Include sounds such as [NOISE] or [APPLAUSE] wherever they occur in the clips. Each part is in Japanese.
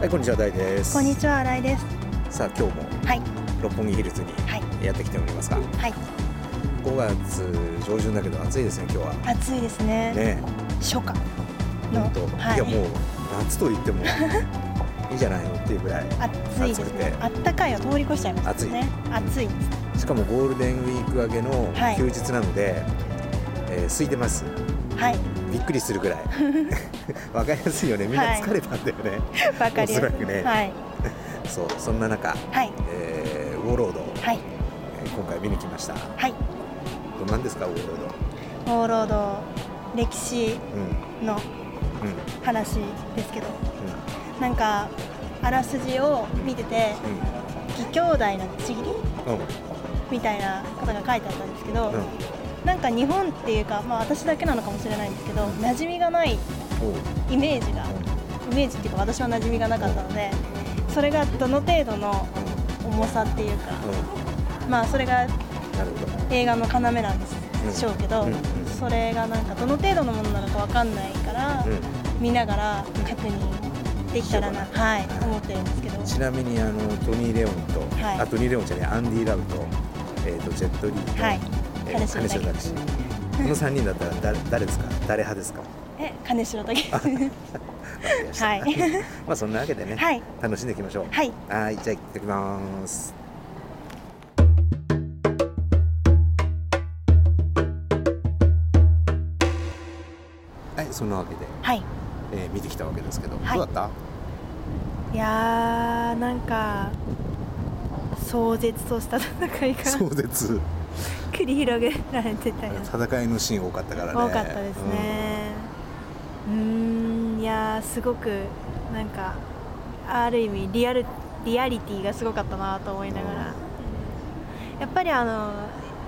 はい、こんにちは、大です。こんにちは、新井です。さあ、今日もはい、六本木ヒルズにはい、やってきておりますが、はい、 5月上旬だけど暑いですね、今日は。暑いですね。ね初夏え、の本、当、、はいいや、もう夏と言って [LAUGHS] もいいじゃないのっていうぐらい。暑いですね暑くて。あったかいを通り越しちゃいましたね。暑い。しかもゴールデンウィーク明けのはい休日なので、えー空いてます。 [LAUGHS] はい、びっくりする [LAUGHS] ぐらい。わかりやすいよね、みんな疲れたんだよね。わかりやすおそらくい。ねはい、そう、そんな中、はい、えーウォーロード、はい、えー今回見に来ました。はい。どんなんですか、ウォーロード。オーロード歴史うん、のうん、話ですけど、なんかあらすじを見てて、義兄弟のちぎりうん、うん、みたいなことが書いてあったんですけど、うん、なんか日本っていうか、まあ私だけなのかもしれないんですけど、馴染みがないおうイメージがイメージっていうか私は馴染みがなかったのでそれがどの程度の重さっていうかうん、うん。まあそれがなるほど。映画の要なんでしょうけど、うんうんそれがなんかどの程度のものなのかわかんないから、う見ながら確認できたらな、そうはいはい思ってるんですけどん、ちなみにあのトニー・レオンと、はいあトニー・レオンじゃないアンディ・ラウと,、えー、とジェット・リーと、はいえー、金金城城武武史この3人だったら誰誰ですか誰派ですかえ金城武ははいい [LAUGHS] まあそんなわけでね、はい楽しんでいきましょうはいはいじゃあ行ってきますはいそんなわけで、はいえー見てきたわけですけど、はいどうだっいやーなんか壮絶とした戦いがた壮絶繰り広げられてたよ戦いのシーン多かったからね多かったですねうーんいやーすごくなんかある意味リアルリアリティがすごかったなと思いながらやっぱりあの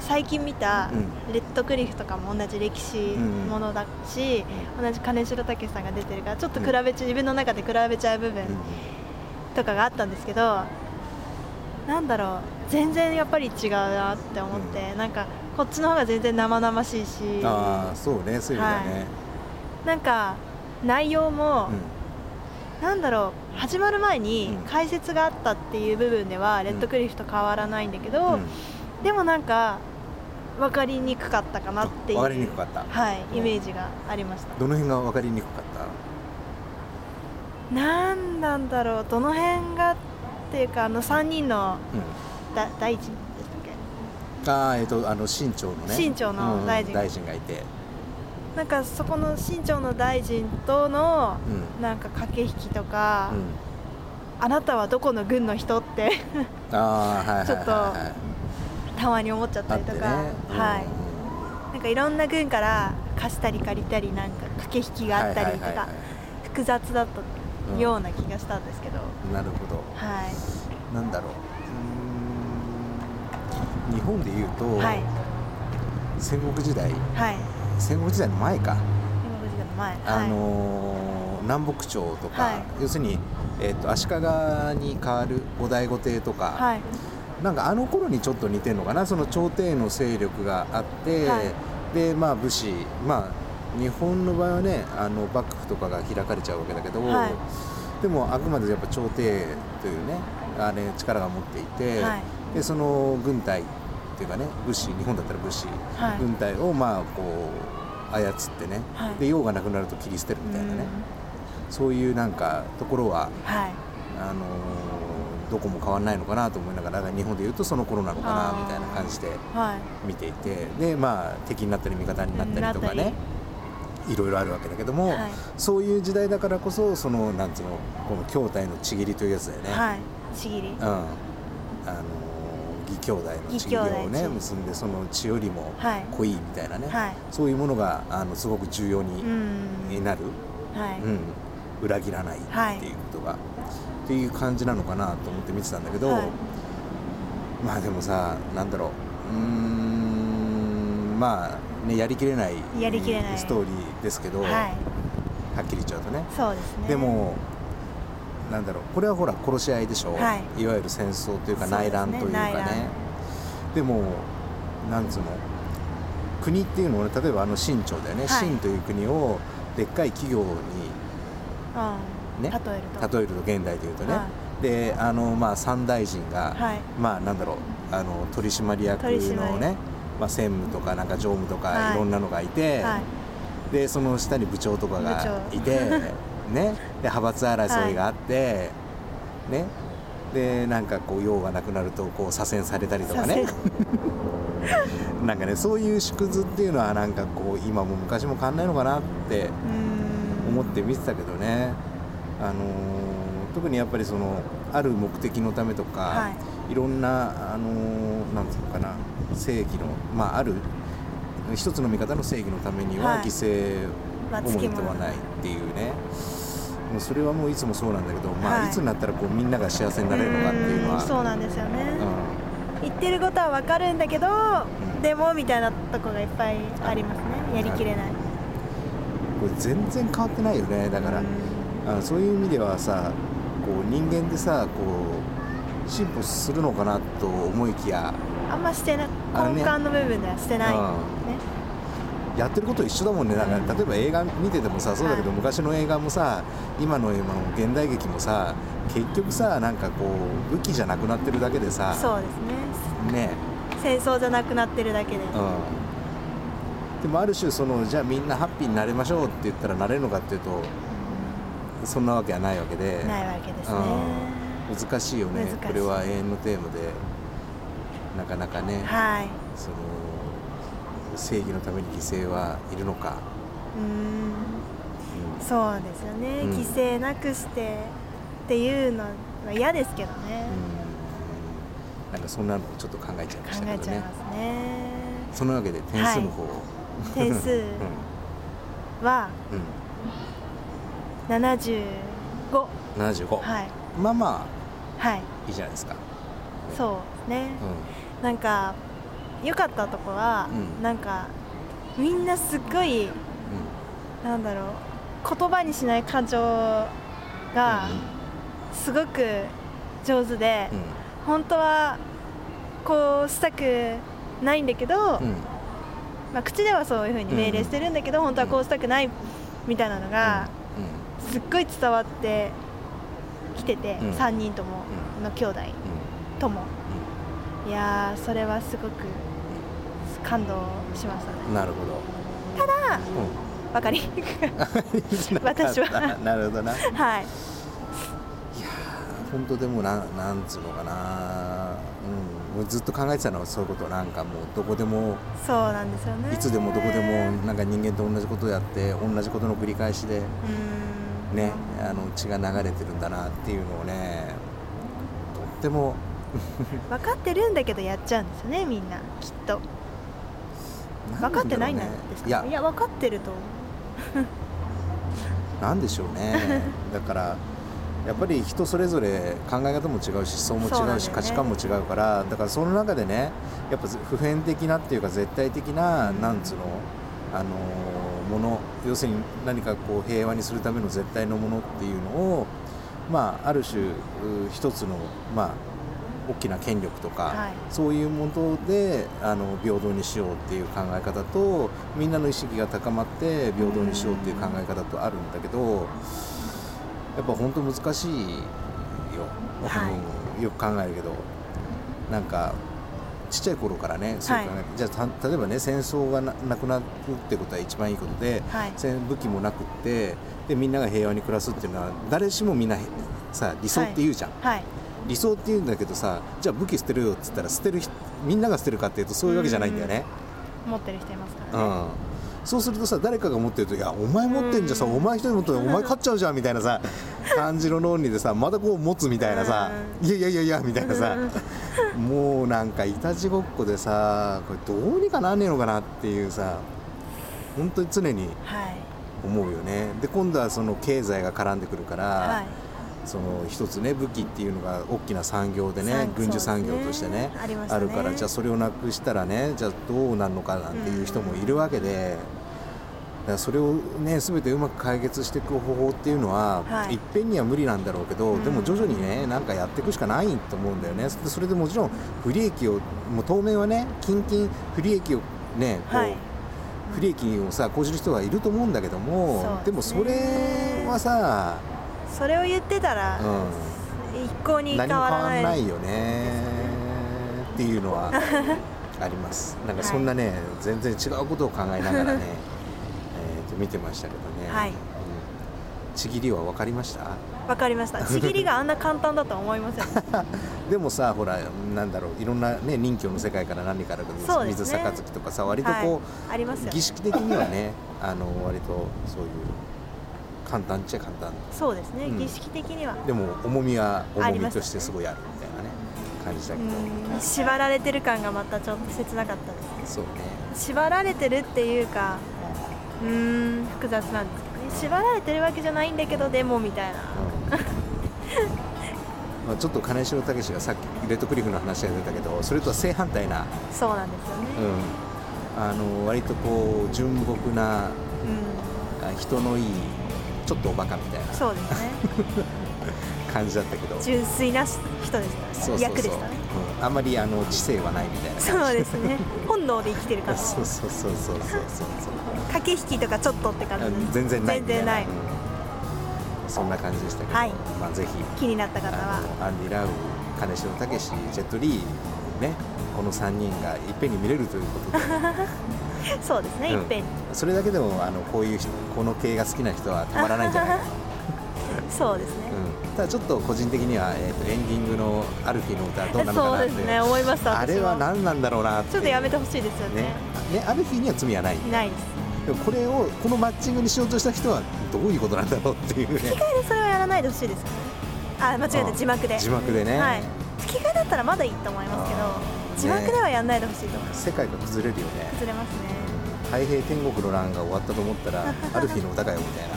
最近見たうレッドクリフとかも同じ歴史ものだし、同じ金城武さんが出てるからちょっと比べちゃ、自分の中で比べちゃう部分うんうんとかがあったんですけどなんだろう全然やっぱり違うなって思って、なんかこっちの方が全然生々しいしああそうねそういう意味だね、なんか内容も、うなんだろう始まる前にうん解説があったっていう部分では、レッドクリフと変わらないんだけど、んでもなんか分かりにくかったかなっていう分かりにくかったはい、うんイメージがありましたどの辺が分かりにくかったなんなんだろうどの辺がっていうかあの3人のうだ大臣でしたっけんああえっ、とあの新朝のね新朝の大臣うん大臣がいてなんかそこの新潮の大臣とのうんなんか駆け引きとか、うんあなたはどこの軍の人って [LAUGHS] ああはいはいはいはいちょっとたまに思っちゃったりとか、はい、なんかいろんな軍から貸したり借りたりなんか駆け引きいがあったりとはいはいかはい複雑だっうんたような気がしたんですけど、なるほどはいなんだろううーん日本でいうと、はい戦国時代はい戦国時代の前か、今の時代の前あはいのー南北朝とか、は要するに、えっと足利に代わる後醍醐帝とか、はいなんかあの頃にちょっと似てるのかなその朝廷の勢力があって、はいでまあ武士まあ日本の場合はねあの幕府とかが開かれちゃうわけだけど、はいでもあくまでやっぱ朝廷というねあれ力が持っていて、はいでその軍隊っていうかね武士日本だったら武士、はい軍隊をまあこう操ってね、はいで用がなくなると切り捨てるみたいなねうんそういうなんかところははいあのーどこも変わらないのかなと思いながらだから日本でいうとその頃なのかあなーみたいな感じではい見ていてでまあ敵になったり味方になったりとかなっねいろいろあるわけだけども、はいそういう時代だからこそそのなんつうのこの兄弟のちぎりというやつだよね、はいちぎりうんあのー義兄弟のちぎりを義兄弟ね地結んでその血よりもはい濃いみたいなね、はいそういうものがあのすごく重要うにんなる。はいうん、裏切らないっていうことが、っていう感じなのかなと思って見てたんだけど、はいまあでもさなんだろううーんまあねやりきれないやりきれないストーリーですけど、はっきり言っちゃうとねいそうですねでもなんだろうこれはほら殺し合いでしょ、、はいわゆる戦争というかそうで内すね乱というかね内乱でもなんつうの国っていうのは例えばあの清朝だよね、はい清という国をでっかい企業にうんね例えると例えると現代でいうとね、はであのまあ三大臣が、はいまあなんだろうあの取締役取締のね役、まあ、専務とかなんか常務とか、はいい、ろんなのがいて、はいでその下に部長とかが部長い [LAUGHS] てねで派閥争いがあって、ねでなんかこう用がなくなるとこう左遷されたりとかね左なんかねそういう縮図っていうのはなんかこう今も昔も変わんないのかなってうーん [LAUGHS] 思って見てたけどね、あのー特にやっぱりそのある目的のためとか、、はいろんな、あのーなんていうのかな正義の、まあ、ある一つの見方の正義のためにははい犠牲まあをつもきいもとのはないっていうね、もうそれはもういつもそうなんだけど、まあはいい、つになったらこうみんなが幸せになれるのかっていうのは。ーんそうなんですよね、うん言ってることはわかるんだけど、んでもみたいなとこがいっぱいありますねやりきれないこれ全然変わってないよねだから、うんあのそういう意味ではさこう人間ってさこう進歩するのかなと思いきやあんましてないあのね根幹の部分ではしてない、ねうんやってること一緒だもんねだから例えば映画見ててもさそうだけど、はい昔の映画もさ今の今の現代劇もさ結局さなんかこう武器じゃなくなってるだけでさそうですねね戦争じゃなくなってるだけで、うんでもある種そのじゃあみんなハッピーになれましょうって言ったらなれるのかっていうとそんなわけはないわけでないわけですね、難しいよね難しいこれは永遠のテーマでなかなかね、はいその正義のために犠牲はいるのか、うーんうんそうですよね、うん規制なくしてっていうのは嫌ですけどね、うんなんかそんなのをちょっと考えちゃいました考けえどちゃいねますねそのわけで点数の方を、点数うんはうん75 [LAUGHS] 75、はいまあまはいあいいじゃないですか、そうですねう、んなんか良かったとこは、うんなんかみんなすっごいなんだろう言葉にしない感情がすごく上手で、うん本当はこうしたくないんだけど、うんうんうんまあ、口ではそういうふうに命令してるんだけど、本当はこうしたくないみたいなのがすっごい伝わってきてて、うん3人ともの兄弟うんうんともいやーそれはすごく感動しましたねうんなるほどただ、[LAUGHS] わかりうん、私はなるほどなはい本当でもなんなんつうのかな、うん、もうずっと考えてたのはそういうことなんかもうどこでもそうなんですよねいつでもどこでもなんか人間と同じことをやって同じことの繰り返しでうんねあの血が流れてるんだなっていうのをねとっても分かってるんだけどやっちゃうんですよねみんなきっとな分んだろうねかってないんですか、いやいや分かってると思うなんでしょう [LAUGHS] ねだからやっぱり人それぞれ考え方も違うし思想も違うそうなんだよしね価値観も違うからだからその中でねやっぱ普遍的なっていうか絶対的な、うんなんつうの、あのーもの要するに何かこう平和にするための絶対のものっていうのを、まあ、ある種う一つの、まあ、大きな権力とか、はいそういうものであの平等にしようっていう考え方とみんなの意識が高まって平等にしようっていう考え方とあるんだけどやっぱ本当難しいよ、はうんよく考えるけどなんかちっちゃい頃からねそういう考え、はじゃあた例えばね戦争がななくなるってことは一番いいことではい戦武器もなくってでみんなが平和に暮らすっていうのは誰しもみんなへさ理想って言うじゃん。はい理想って言うんだけどさじゃあ武器捨てるよっつったら捨てる人みんなが捨てるかっていうとそういうわけじゃないんだよね、持ってる人いますかうらね、んそうするとさ誰かが持ってると「いやお前持ってんじゃんさうんお前一人持ってるお前勝っちゃうじゃん」みたいなさ感じの論理でさまたこう持つみたいなさ「いやいやいやいや」みたいなさもうなんかいたちごっこでさこれどうにかなんねえのかなっていうさ本当に常にはい思うよねで今度はその経済が絡んでくるから、はいその一つね武器っていうのが大きな産業で産ね軍需産業そうとでしすてねねありましたあねるからじゃあそれをなくしたらねじゃあどうなるのかなんていう人もいるわけで。だからそれをね全てうまく解決していく方法っていうのは、はいい、っぺんには無理なんだろうけど、うんでも徐々にねなんかやっていくしかないと思うんだよねでそれでもちろん不利益をもう当面はね近々不利益をねこう、はい不利益をさ講じる人はいると思うんだけどもそうですねでもそれはさ、それを言ってたら、う一向にん、何も変変わらわないんないよねっていうのはあり [LAUGHS] ますなんかそんなね、全然違うことを考えながらねえーと見てましたけどね、はいうんちぎりは分かりましたわかり [LAUGHS] ましたちぎりがあんな簡単だとは思いませんでもさほらなんだろういろんなね任教の世界から何からかそうですね水杯とかさ [LAUGHS] 割とこう、はい、ありますよ儀式的にはねあの割とそういう簡単っちゃ簡単そうですね、うん儀式的にはでも重みはあ重りみますとしてすごいあるみたいなね感じだけど、うん縛られてる感がまたちょっと切なかったでそうねす縛られてるっていうかうーん複雑なんですけどね縛られてるわけじゃないんだけどでもみたいなうんまあちょっと金城武がさっきレッドクリフの話が出たけどそれとは正反対な、そうなんですよねうんあの割とこう純朴なうあ人のいいちょっとおバカみたいん、そうで [LAUGHS] すねな感じだったけど純粋な人でしたね役でしたねうん、あんまりあの知性はないみたいな感じそうですね本能で生きてる感じ [LAUGHS] そうそうそうそうそうそうそう駆け引きとかちょっとって感じあです全然ない全然ないみたなうんそんな感じでしたけど、はいまあぜひ気になった方あはのアンディ・ラウ金城武ジェット・リーねこの3人がいっぺんに見れるということでそうですね、うんいっぺんにそれだけでもあのこういう人この系が好きな人はたまらないんじゃないかな、そうですね、うん、ただちょっと個人的には、えーとエンディングの「アルフィーの歌」どうなのかそなうっでてすね思いましたあれは私も何なんだろうなってちょっとやめてほしいですよねねねアルフィーには罪はないないですでもこれをこのマッチングにしようとした人はどういうことなんだろうっていうね吹き替えでそれはやらないでほしいですよねあ間違えうたん字幕で字幕でねはい、吹き替えだったらまだいいと思いますけどあー字幕ではやらないでほしいと思います世界が崩れるよね崩れますね太平天国の乱が終わったと思ったらアルフィーの歌かよみたいな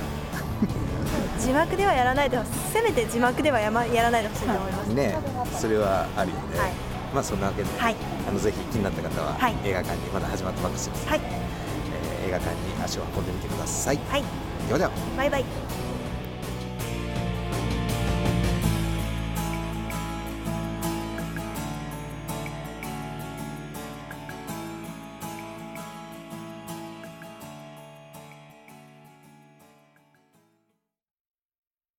字幕ではやらないでほしいせめて字幕ではや,、ま、やらないでほしいと思いますねそれはあるよね、はいまあそんなわけで、はいあのぜひ気になった方は、はい映画館にまだ始まったばっかりです、はいえー映画館に足を運んでみてくださいはいではではバイバイ